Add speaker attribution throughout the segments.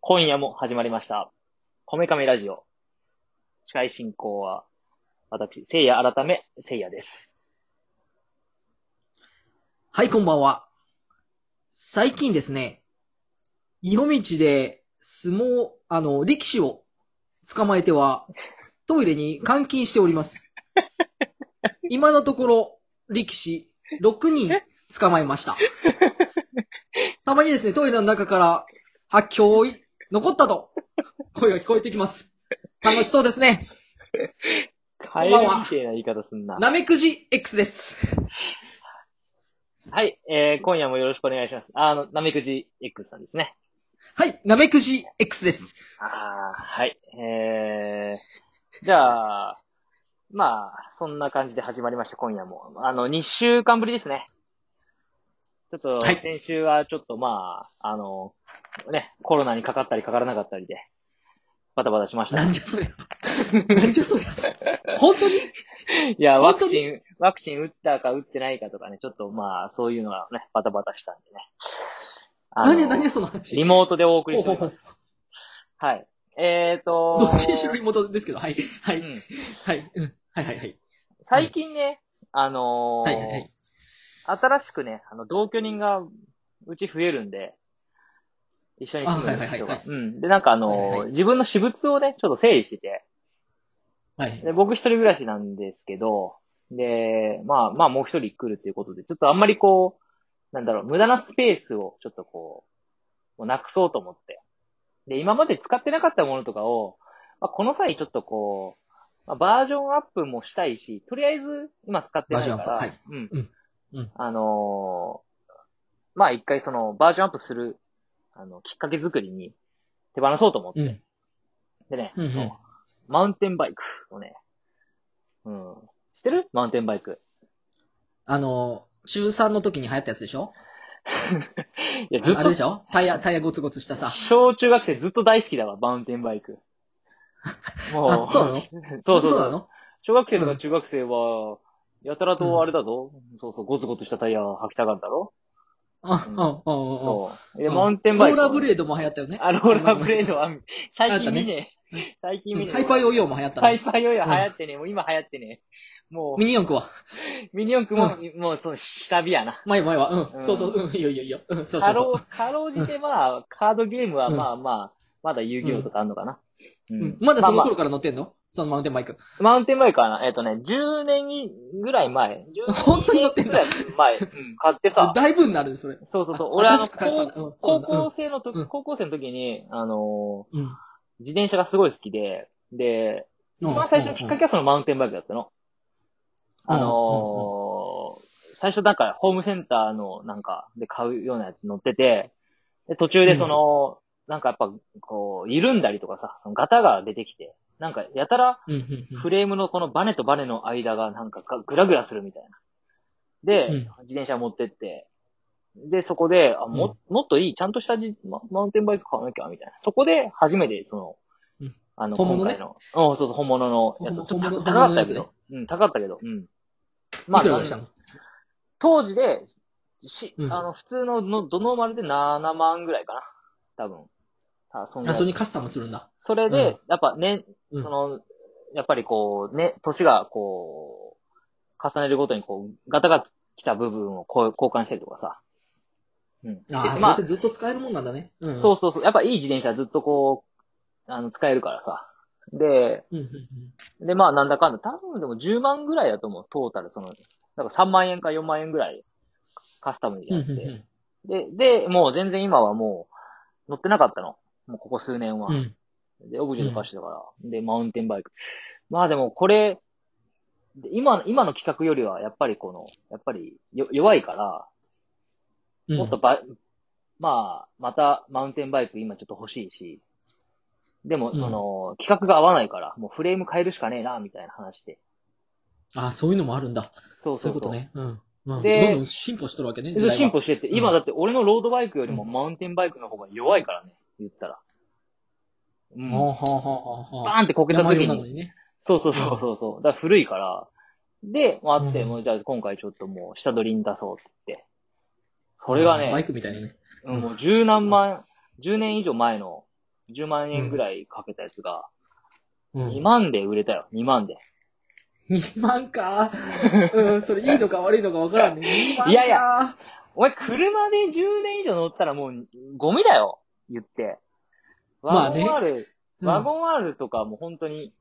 Speaker 1: 今夜も始まりました。こめかみラジオ。司会進行は、私、聖夜改め、聖夜です。
Speaker 2: はい、こんばんは。最近ですね、夜道で相撲、あの、力士を捕まえては、トイレに監禁しております。今のところ、力士6人捕まえました。たまにですね、トイレの中から、発狂い、残ったと、声が聞こえてきます。楽しそうですね。
Speaker 1: カエルみたいな言い方すんな。
Speaker 2: なめくじ X です。
Speaker 1: はい、えー、今夜もよろしくお願いします。あの、なめくじ X さんですね。
Speaker 2: はい、なめくじ X です。
Speaker 1: あー、はい。えー、じゃあ、まあ、そんな感じで始まりました、今夜も。あの、2週間ぶりですね。ちょっと、
Speaker 2: はい
Speaker 1: 先週はちょっとまあ、あの、ね、コロナにかかったりかからなかったりで、バタバタしました。
Speaker 2: なんじゃそりゃ。なんじゃそりゃ。本当に
Speaker 1: いや、ワ
Speaker 2: 本当
Speaker 1: ク
Speaker 2: に
Speaker 1: チン、ワクチン打ったか打ってないかとかね、ちょっとまあ、そういうのがね、バタバタしたんでね。あの
Speaker 2: 何何その話
Speaker 1: リモートでお送り
Speaker 2: ほう
Speaker 1: して
Speaker 2: ほ
Speaker 1: お
Speaker 2: う
Speaker 1: り
Speaker 2: ほ
Speaker 1: ま
Speaker 2: う
Speaker 1: す。はい。えーと、
Speaker 2: どっちにしろリモートですけど、はい。は
Speaker 1: う
Speaker 2: い。
Speaker 1: ん、
Speaker 2: はい。うんはいはいはい。
Speaker 1: 最近ね、あのー
Speaker 2: はいはいはい。
Speaker 1: 新しくね、あの、同居人が、うち増えるんで、一緒に住む人が。
Speaker 2: あはいはいはいはい
Speaker 1: うん。で、なんかあのー
Speaker 2: はいはいはい
Speaker 1: 自分の私物をね、ちょっと整理してて、
Speaker 2: はい。
Speaker 1: で僕一人暮らしなんですけど、で、まあまあもう一人来るっていうことで、ちょっとあんまりこう、なんだろう、無駄なスペースをちょっとこう、もうなくそうと思って。で、今まで使ってなかったものとかを、まあ、この際ちょっとこう、まあ、バージョンアップもしたいし、とりあえず今使ってないから、
Speaker 2: バージョンアップはい
Speaker 1: うん。
Speaker 2: うんうん
Speaker 1: あのーまあ一回そのバージョンアップする、あの、きっかけ作りに手放そうと思って。
Speaker 2: うん。
Speaker 1: でね、
Speaker 2: うんうん
Speaker 1: そうマウンテンバイクをね、うん。してるマウンテンバイク。
Speaker 2: あの、中3の時に流行ったやつでしょ
Speaker 1: いや、ずっ
Speaker 2: あれ
Speaker 1: と
Speaker 2: で、しょタイヤ、タイヤゴツゴツしたさ。
Speaker 1: 小中学生ずっと大好きだわ、マウンテンバイク。も
Speaker 2: あ
Speaker 1: う、、
Speaker 2: そうなの
Speaker 1: そうそうそう
Speaker 2: なの
Speaker 1: 小学生と
Speaker 2: う
Speaker 1: か
Speaker 2: ん
Speaker 1: 中学生は、やたらとあれだぞ、そうそう、ゴツゴツしたタイヤ履きたがるだろ、
Speaker 2: あ、うん、うん、うん。
Speaker 1: そう。で、
Speaker 2: うん
Speaker 1: マウンテンバイク。
Speaker 2: ローラーブレードも流行ったよね。
Speaker 1: あ、ローラーブレードは、最近見ねえ。最近
Speaker 2: う
Speaker 1: 見
Speaker 2: ん
Speaker 1: ねえ。
Speaker 2: ハイパーヨーヨーも流行った
Speaker 1: ハ
Speaker 2: の
Speaker 1: イ。パーヨーヨー流行ってねえ。もう今流行ってねえ。も
Speaker 2: ミニ四駆は。
Speaker 1: う、ミニ四駆も、もうその下火やな。
Speaker 2: 前前は。
Speaker 1: う
Speaker 2: うんん。そうそう。うん。いいよいいよいいよ。うん。そうそ
Speaker 1: か
Speaker 2: うそ
Speaker 1: ろう、かろうじてまあ、カードゲームは
Speaker 2: うん
Speaker 1: まあまあ、まだ遊戯王とかあんのかな。う
Speaker 2: う。うんん。まだその
Speaker 1: あ
Speaker 2: 頃から乗ってんのそのマウンテンバイク。
Speaker 1: あマウンテンバイクはな、えっ、とね、10年ぐらい前。10
Speaker 2: 本当に乗ってん
Speaker 1: ぐ
Speaker 2: だ
Speaker 1: らい前、 うん買ってさ。
Speaker 2: だいぶになるね、それ。
Speaker 1: そうそうそう。俺あの、
Speaker 2: 新しく買ったんだ
Speaker 1: 高
Speaker 2: うんそ
Speaker 1: 高
Speaker 2: うだ
Speaker 1: 校生の時、
Speaker 2: うん
Speaker 1: 高校生の時に、あの
Speaker 2: うん。
Speaker 1: ー自転車がすごい好きで、で、
Speaker 2: うん
Speaker 1: 一番最初のきっかけはそのマウンテンバイクだったの。
Speaker 2: うん
Speaker 1: あのー最初なんかホームセンターのなんかで買うようなやつ乗ってて、で途中でその、なんかやっぱこう、緩んだりとかさ、そのガタが出てきて、なんかやたら
Speaker 2: うん、うん、うん。
Speaker 1: フレームのこのバネとバネの間がなんかがグラグラするみたいな。で、
Speaker 2: うん
Speaker 1: 自転車持ってって、で、そこで、あももっといい、ちゃんとしたじママウンテンバイク買わなきゃ、みたいな。そこで初めて、その、
Speaker 2: うん
Speaker 1: あの、
Speaker 2: 本
Speaker 1: 今
Speaker 2: 物ね
Speaker 1: 回の、うん、そうそう、本物のやつ。ちょっと
Speaker 2: 本物
Speaker 1: 高かったけ
Speaker 2: 本
Speaker 1: ど、うん、高かったけど、うん。ま
Speaker 2: まあ、
Speaker 1: あ、
Speaker 2: いくらぐらいしたの
Speaker 1: 当時で、し、
Speaker 2: うん
Speaker 1: あの、普通のの、ドノーマルで7万ぐらいかな。多分。あ、そんぐら
Speaker 2: あ、
Speaker 1: い
Speaker 2: それにカスタムするんだ。
Speaker 1: それで、
Speaker 2: うん
Speaker 1: やっぱね、
Speaker 2: うん
Speaker 1: その、やっぱりこう、ね、年がこう、重ねるごとにこう、ガタが来た部分をこう交換したりとかさ。うん。して
Speaker 2: ああ、
Speaker 1: まあ
Speaker 2: それってずっと使えるもんなんだね。うん。
Speaker 1: そうそうそう。やっぱいい自転車ずっとこう、あの、使えるからさ。で、
Speaker 2: うん。うんうん
Speaker 1: で、まあなんだかんだ、多分でも10万ぐらいだと思う、トータル、その、なんか3万円か4万円ぐらいカスタムにやって。
Speaker 2: うん
Speaker 1: で、で、もう全然今はもう、乗ってなかったの。もうここ数年は。
Speaker 2: うんうん。
Speaker 1: で、オブジェとかしてたから、で、マウンテンバイク。まあでも、これ、で今、今の企画よりは、やっぱりこの、やっぱりよ弱いから、
Speaker 2: うん。
Speaker 1: もっとば、まあ、またマウンテンバイク今ちょっと欲しいし、でも、その、企画が合わないから、もうフレーム変えるしかねえな、みたいな話で。
Speaker 2: ああ、そういうのもあるんだ。
Speaker 1: そう
Speaker 2: そ
Speaker 1: そう
Speaker 2: いう
Speaker 1: う
Speaker 2: こと
Speaker 1: そう。
Speaker 2: ね。うん。うん
Speaker 1: で
Speaker 2: どんどん進歩してるわけね。時
Speaker 1: そう
Speaker 2: 代は
Speaker 1: 進歩してって、今
Speaker 2: うん
Speaker 1: だって俺のロードバイクよりも
Speaker 2: う
Speaker 1: マウンテンバイクの方が弱いからね、言ったら。うん。バ
Speaker 2: はあはあはあはあ。
Speaker 1: ーンってこけた
Speaker 2: 山
Speaker 1: 時
Speaker 2: 色な
Speaker 1: に
Speaker 2: の、にね。
Speaker 1: そうそうそうそうそう。だから古いから。で、もうあって、
Speaker 2: うん
Speaker 1: もうじゃあ今回ちょっともう下取りに出そうって言って。それが
Speaker 2: バイ
Speaker 1: ね、
Speaker 2: クみたいなね。
Speaker 1: うんもう十何万、十年以上前の10万円ぐらいかけたやつが、2
Speaker 2: う
Speaker 1: 万で売れたよ、2万で。
Speaker 2: ん。2万か。うん、それいいのか悪いのかわからんね。2万か
Speaker 1: いやいや。お前、車で10年以上乗ったらもう、ゴミだよ言って。
Speaker 2: ま
Speaker 1: ワ
Speaker 2: あ
Speaker 1: ゴ
Speaker 2: ね
Speaker 1: ン R、
Speaker 2: うん
Speaker 1: ワゴン R とかもう本当に、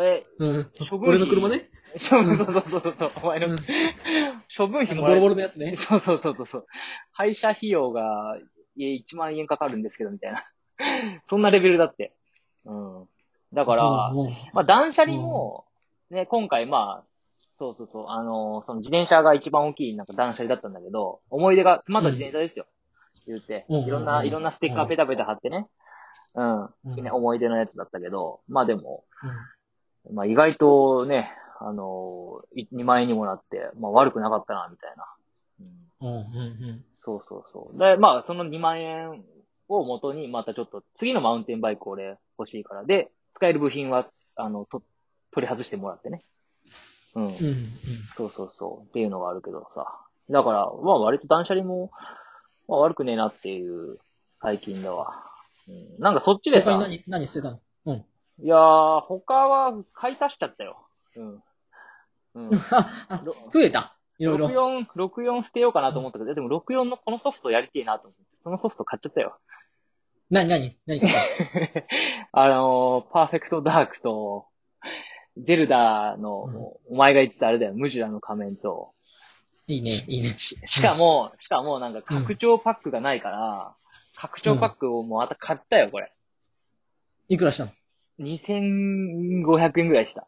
Speaker 1: え、
Speaker 2: うん。
Speaker 1: 処分
Speaker 2: 俺
Speaker 1: 費
Speaker 2: の車ね。
Speaker 1: そうそうそうそうそう、お前
Speaker 2: う
Speaker 1: の
Speaker 2: ん。
Speaker 1: 処分
Speaker 2: あ
Speaker 1: 費も
Speaker 2: のボ
Speaker 1: らえる
Speaker 2: ロボロのやつね。
Speaker 1: そうそうそうそうそう。廃車費用が、え、1万円かかるんですけど、みたいな。 そんなレベルだって。うん。だから、
Speaker 2: うんうん
Speaker 1: まあ、断捨離も、ね、今回、まあ、そうそうそう、あのーその自転車が一番大きい、なんか断捨離だったんだけど、思い出が詰まった自転車ですよ。言って。
Speaker 2: うん
Speaker 1: いろん
Speaker 2: う
Speaker 1: な、
Speaker 2: ん
Speaker 1: いろんなステッカーペタペタ貼ってね。うん。ね、思い出のやつだったけど、まあでも、まあ意外とね、あのー、2万円にもなって、まあ悪くなかったな、みたいな。うん
Speaker 2: うんうん
Speaker 1: そうそうそう。で、まあ、その2万円を元に、またちょっと、次のマウンテンバイク俺欲しいから、で、使える部品は、あの、と、取り外してもらってね。うん。
Speaker 2: うん。うんうん。
Speaker 1: そうそうそう。っていうのがあるけどさ。だから、まあ、割と断捨離も、まあ、悪くねえなっていう、最近だわ。うん。なんかそっちで
Speaker 2: 他
Speaker 1: さ、
Speaker 2: に何、何して たのうん。
Speaker 1: いやー、他は買い足しちゃったよ。うん。うん。
Speaker 2: ああ
Speaker 1: ろ
Speaker 2: 増えた。いろいろ。
Speaker 1: 64、64捨てようかなと思ったけど、でも64のこのソフトやりてえなと思って、そのソフト買っちゃったよ。
Speaker 2: 何、何、何か。
Speaker 1: あのーパーフェクトダークと、ゼルダの、
Speaker 2: うん
Speaker 1: お前が言ってたあれだよ、ムジュラの仮面と、
Speaker 2: いいね、いいね。
Speaker 1: ししかも、しかもなんか拡張パックがないから、拡張パックをもうまた買ったよ、これ。
Speaker 2: いくらしたの
Speaker 1: 2500円ぐらいした。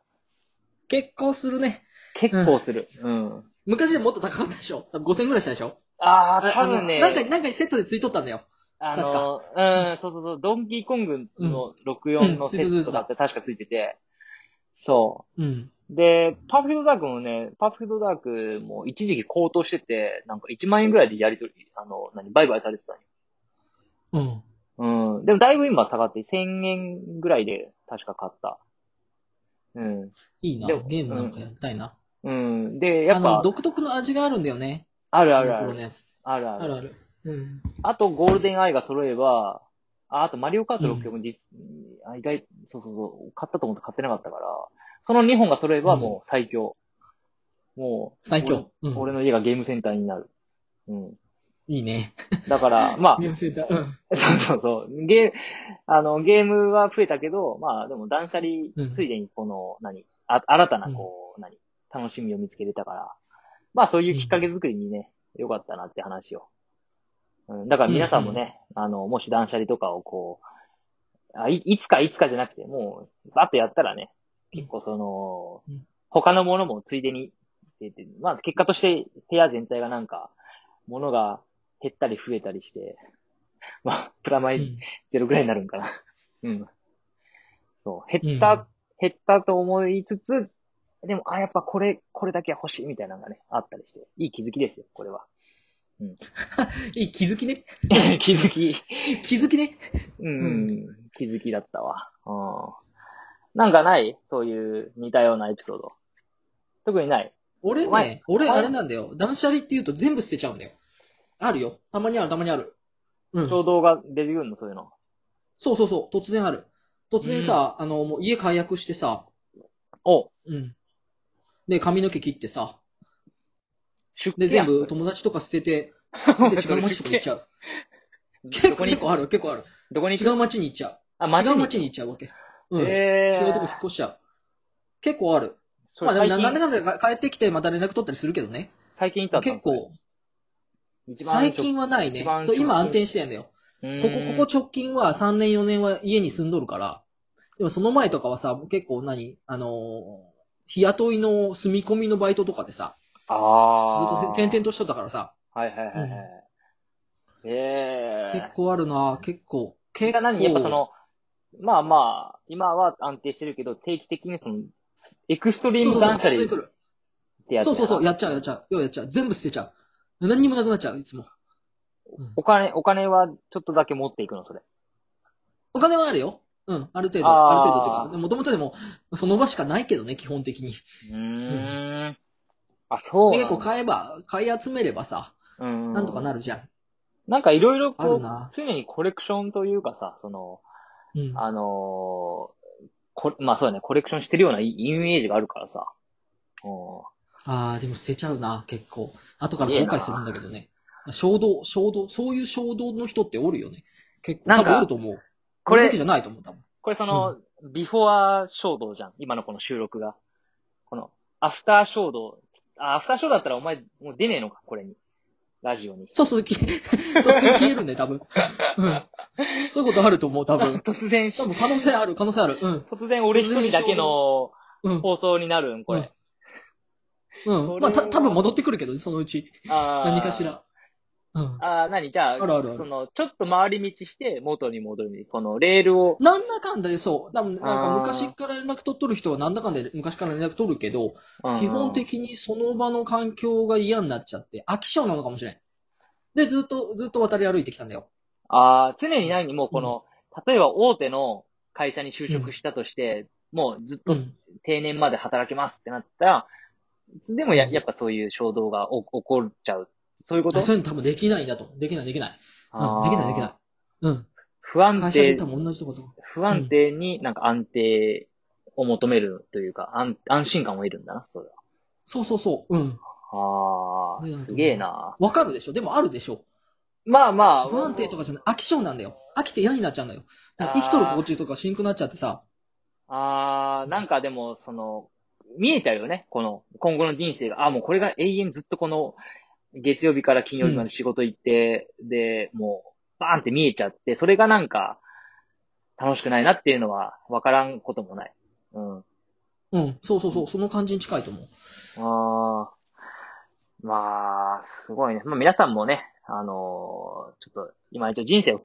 Speaker 2: 結構するね。
Speaker 1: 結構する。うん。
Speaker 2: 昔でもっと高かったでしょ多分5000ぐらいしたでしょ
Speaker 1: ああ、多分ね、
Speaker 2: あのなんか、なんかにセットでついとったんだよ。
Speaker 1: あ
Speaker 2: 確
Speaker 1: のー、うん、そうそうそう、ドンキーコングの64のセットだって確かついてて、そう。
Speaker 2: うん。
Speaker 1: で、パーフェクトダークもね、パーフェクトダークも一時期高騰してて、なんか1万円ぐらいでやりとり、あの、何、売買されてたんよ
Speaker 2: うん。
Speaker 1: うん。でもだいぶ今下がって1000円ぐらいで確か買った。うん。
Speaker 2: いいな。
Speaker 1: でも
Speaker 2: ゲームなんかやりたいな。
Speaker 1: うん。で、やっ
Speaker 2: あ
Speaker 1: ぱ
Speaker 2: の、、独特の味があるんだよね。
Speaker 1: あるあるあ
Speaker 2: こ
Speaker 1: る。
Speaker 2: の頃のやつって
Speaker 1: あるあ
Speaker 2: あ
Speaker 1: る。
Speaker 2: るある。うん。
Speaker 1: あとゴールデンアイが揃えば、あ、あとマリオカート64も実、あ意外、そうそうそう、買ったと思って買ってなかったから、その2本が揃えばもう最強。もう、
Speaker 2: 最強。う
Speaker 1: 俺。俺
Speaker 2: ん。
Speaker 1: の家がゲームセンターになる。うん。
Speaker 2: いいね。
Speaker 1: だから、まあ、
Speaker 2: ゲームセンター。うん。
Speaker 1: そうそうそう。ゲー、あの、ゲームは増えたけど、まあでも断捨離
Speaker 2: うん、
Speaker 1: ついでにこの、何、あ、新たなこう、何、楽しみを見つけれたから、まあそういうきっかけ作りにね、良かったなって話を。うん、だから皆さんもね、あの、もし断捨離とかをこう、あいいつかいつかじゃなくて、もう、バッとやったらね、結構その、
Speaker 2: うん
Speaker 1: 他のものもついでに、ででまあ結果として部屋全体がなんか、物が減ったり増えたりして、まあ、プラマ
Speaker 2: う
Speaker 1: イ
Speaker 2: ん
Speaker 1: ゼロぐらいになるんかな。うん。そう。減っ
Speaker 2: うん
Speaker 1: た、減ったと思いつつ、でも、あ、やっぱこれ、これだけは欲しいみたいなのがね、あったりして、いい気づきですよ、これ は。
Speaker 2: いい気づきね。
Speaker 1: 気づき。
Speaker 2: 気づきね。
Speaker 1: うん、気づきだったわ。うん。なんかないそういう似たようなエピソード。特にない。
Speaker 2: 俺
Speaker 1: お前
Speaker 2: ね、俺
Speaker 1: はい
Speaker 2: あれなんだよ。断捨離って言うと全部捨てちゃうんだよ。あるよ。たまにある、たまにある。うん。
Speaker 1: 衝動が出てくるの、そういうの。
Speaker 2: そうそうそう。突然ある。突然さ、あの、もう家解約してさ、
Speaker 1: お
Speaker 2: うん。で、髪の毛切ってさ、
Speaker 1: 出家
Speaker 2: で、全部
Speaker 1: や
Speaker 2: 友達とか捨てて、捨てて 違う町とか行っちゃう。
Speaker 1: ん
Speaker 2: 結
Speaker 1: ど
Speaker 2: 構、
Speaker 1: こ
Speaker 2: 結
Speaker 1: に、
Speaker 2: 構ある、結構ある。
Speaker 1: どこに
Speaker 2: 違
Speaker 1: 行く
Speaker 2: う町に行っちゃ
Speaker 1: あ、
Speaker 2: う。違う
Speaker 1: に
Speaker 2: 町に行っちゃうわけ。うん。
Speaker 1: え
Speaker 2: 違
Speaker 1: ー
Speaker 2: うとこ引っ越しちゃう。結構ある。
Speaker 1: それ
Speaker 2: まあでも、
Speaker 1: 最
Speaker 2: な
Speaker 1: 近、
Speaker 2: なんだかんだ帰ってきてまた連絡取ったりするけどね。
Speaker 1: 最近いつだったの
Speaker 2: 結、構、
Speaker 1: 一番
Speaker 2: 最近はない
Speaker 1: 一
Speaker 2: ね
Speaker 1: 番。
Speaker 2: そう、今
Speaker 1: 直
Speaker 2: 安
Speaker 1: 近
Speaker 2: 定してんだよ。
Speaker 1: こ
Speaker 2: ここ、ここ直近は3年4年は家に住んどるから。でもその前とかはさ、結構何あのー日雇いの住み込みのバイトとかでさ、ずっ
Speaker 1: ああ。
Speaker 2: と転々としとったからさ、
Speaker 1: はいはいはいはい。ええ
Speaker 2: 結構あるな結構。
Speaker 1: 結
Speaker 2: 結構。
Speaker 1: 果何やっぱその、まあまあ、今は安定してるけど、定期的にその、エクストリーム断捨離っ
Speaker 2: そうそうそう来る
Speaker 1: てやつ
Speaker 2: そ
Speaker 1: や
Speaker 2: う
Speaker 1: な
Speaker 2: そうそう、やっちゃう、やっちゃう。ようやっちゃう。全部捨てちゃう。何にもなくなっちゃう、いつも。
Speaker 1: お金、お金はちょっとだけ持っていくの、それ。
Speaker 2: お金はあるよ。うん、ある程度。
Speaker 1: あー
Speaker 2: ある程度っていうか、もともとでも、その場しかないけどね、基本的に。
Speaker 1: うーん。あ、そう
Speaker 2: で
Speaker 1: な
Speaker 2: 結
Speaker 1: ん
Speaker 2: 構
Speaker 1: だ。
Speaker 2: 買えば、買い集めればさ、
Speaker 1: うん。
Speaker 2: なんとかなるじゃん。
Speaker 1: なんかいろいろ
Speaker 2: ある
Speaker 1: こう、
Speaker 2: な。
Speaker 1: 常にコレクションというかさ、その、
Speaker 2: うん。
Speaker 1: あのーこ、まあそうだね、コレクションしてるようなイイメージがあるからさ。うん。
Speaker 2: ああ、でも捨てちゃうな、結構。後から後悔するんだけどね。衝動、衝動、そういう衝動の人っておるよね。結構、
Speaker 1: なん
Speaker 2: 多
Speaker 1: か
Speaker 2: 分おると思う。
Speaker 1: こ
Speaker 2: 俺だけ
Speaker 1: れ
Speaker 2: じ、ゃないと思う、多分。
Speaker 1: これその、ビフォア衝動じゃん。今のこの収録が。この、アフター衝動。あ、アフター衝動だったらお前、もう出ねえのか、これに。ラジオに。
Speaker 2: そうそ う、消え、突然消えるね、多分。うん。そういうことあると思う、多分。
Speaker 1: 突然、
Speaker 2: 多分可能性ある、可能性ある。うん。
Speaker 1: 突然俺一人だけの
Speaker 2: うん。
Speaker 1: 放送になるん、これ。
Speaker 2: うん。まあ、た、多分戻ってくるけど、そのうち。
Speaker 1: あー
Speaker 2: 何かし。ら。うん。
Speaker 1: ああ、何じゃあ、
Speaker 2: あるあるある
Speaker 1: その、ちょっと回り道して、元に戻る。この、レールを、
Speaker 2: なんだかんだでそう。多分、なんか
Speaker 1: あー
Speaker 2: 昔から連絡取っとる人はなんだかんだで昔から連絡取るけど、基本
Speaker 1: に。
Speaker 2: 的にその場の環境が嫌になっちゃって、飽き性なのかもしれない。で、ずっと、ずっと渡り歩いてきたんだよ。
Speaker 1: ああ、常に何もうこの、例えば大手の会社に就職したとして、もうずっと
Speaker 2: うん
Speaker 1: 定年まで働きますってなったら、でもや、やっぱそういう衝動がお起こっちゃう。そういうこと
Speaker 2: そういうの多分できないんだと。できない、できない。う
Speaker 1: あ
Speaker 2: ん、
Speaker 1: ー
Speaker 2: できない、できない。うん。
Speaker 1: 不安
Speaker 2: 会社で
Speaker 1: 定
Speaker 2: 多、分同じとこと。
Speaker 1: 不安定になんか安定を求めるというか、安安心感を得るんだな、それ
Speaker 2: そうそうそう。うん。
Speaker 1: は。あ
Speaker 2: ね
Speaker 1: あ、すげえな。
Speaker 2: わかるでしょでもあるでしょ
Speaker 1: まあまあ。
Speaker 2: 不安定とかじゃない、飽き性なんだよ。飽きて嫌になっちゃうんだよ。だから生きとる心地とかしんくなっちゃってさ。
Speaker 1: あー、なんかでも、その、見えちゃうよね。この、今後の人生が。あー、もうこれが永遠ずっとこの、月曜日から金曜日まで仕事行って、で、もう、バーンって見えちゃって、それがなんか、楽しくないなっていうのは、わからんこともない。うん。あ
Speaker 2: うん。そうそうそう。その感じに近いと思う。
Speaker 1: あー、まあ、すごいね。まあ皆さんもね、あのーちょっと、今一応人生を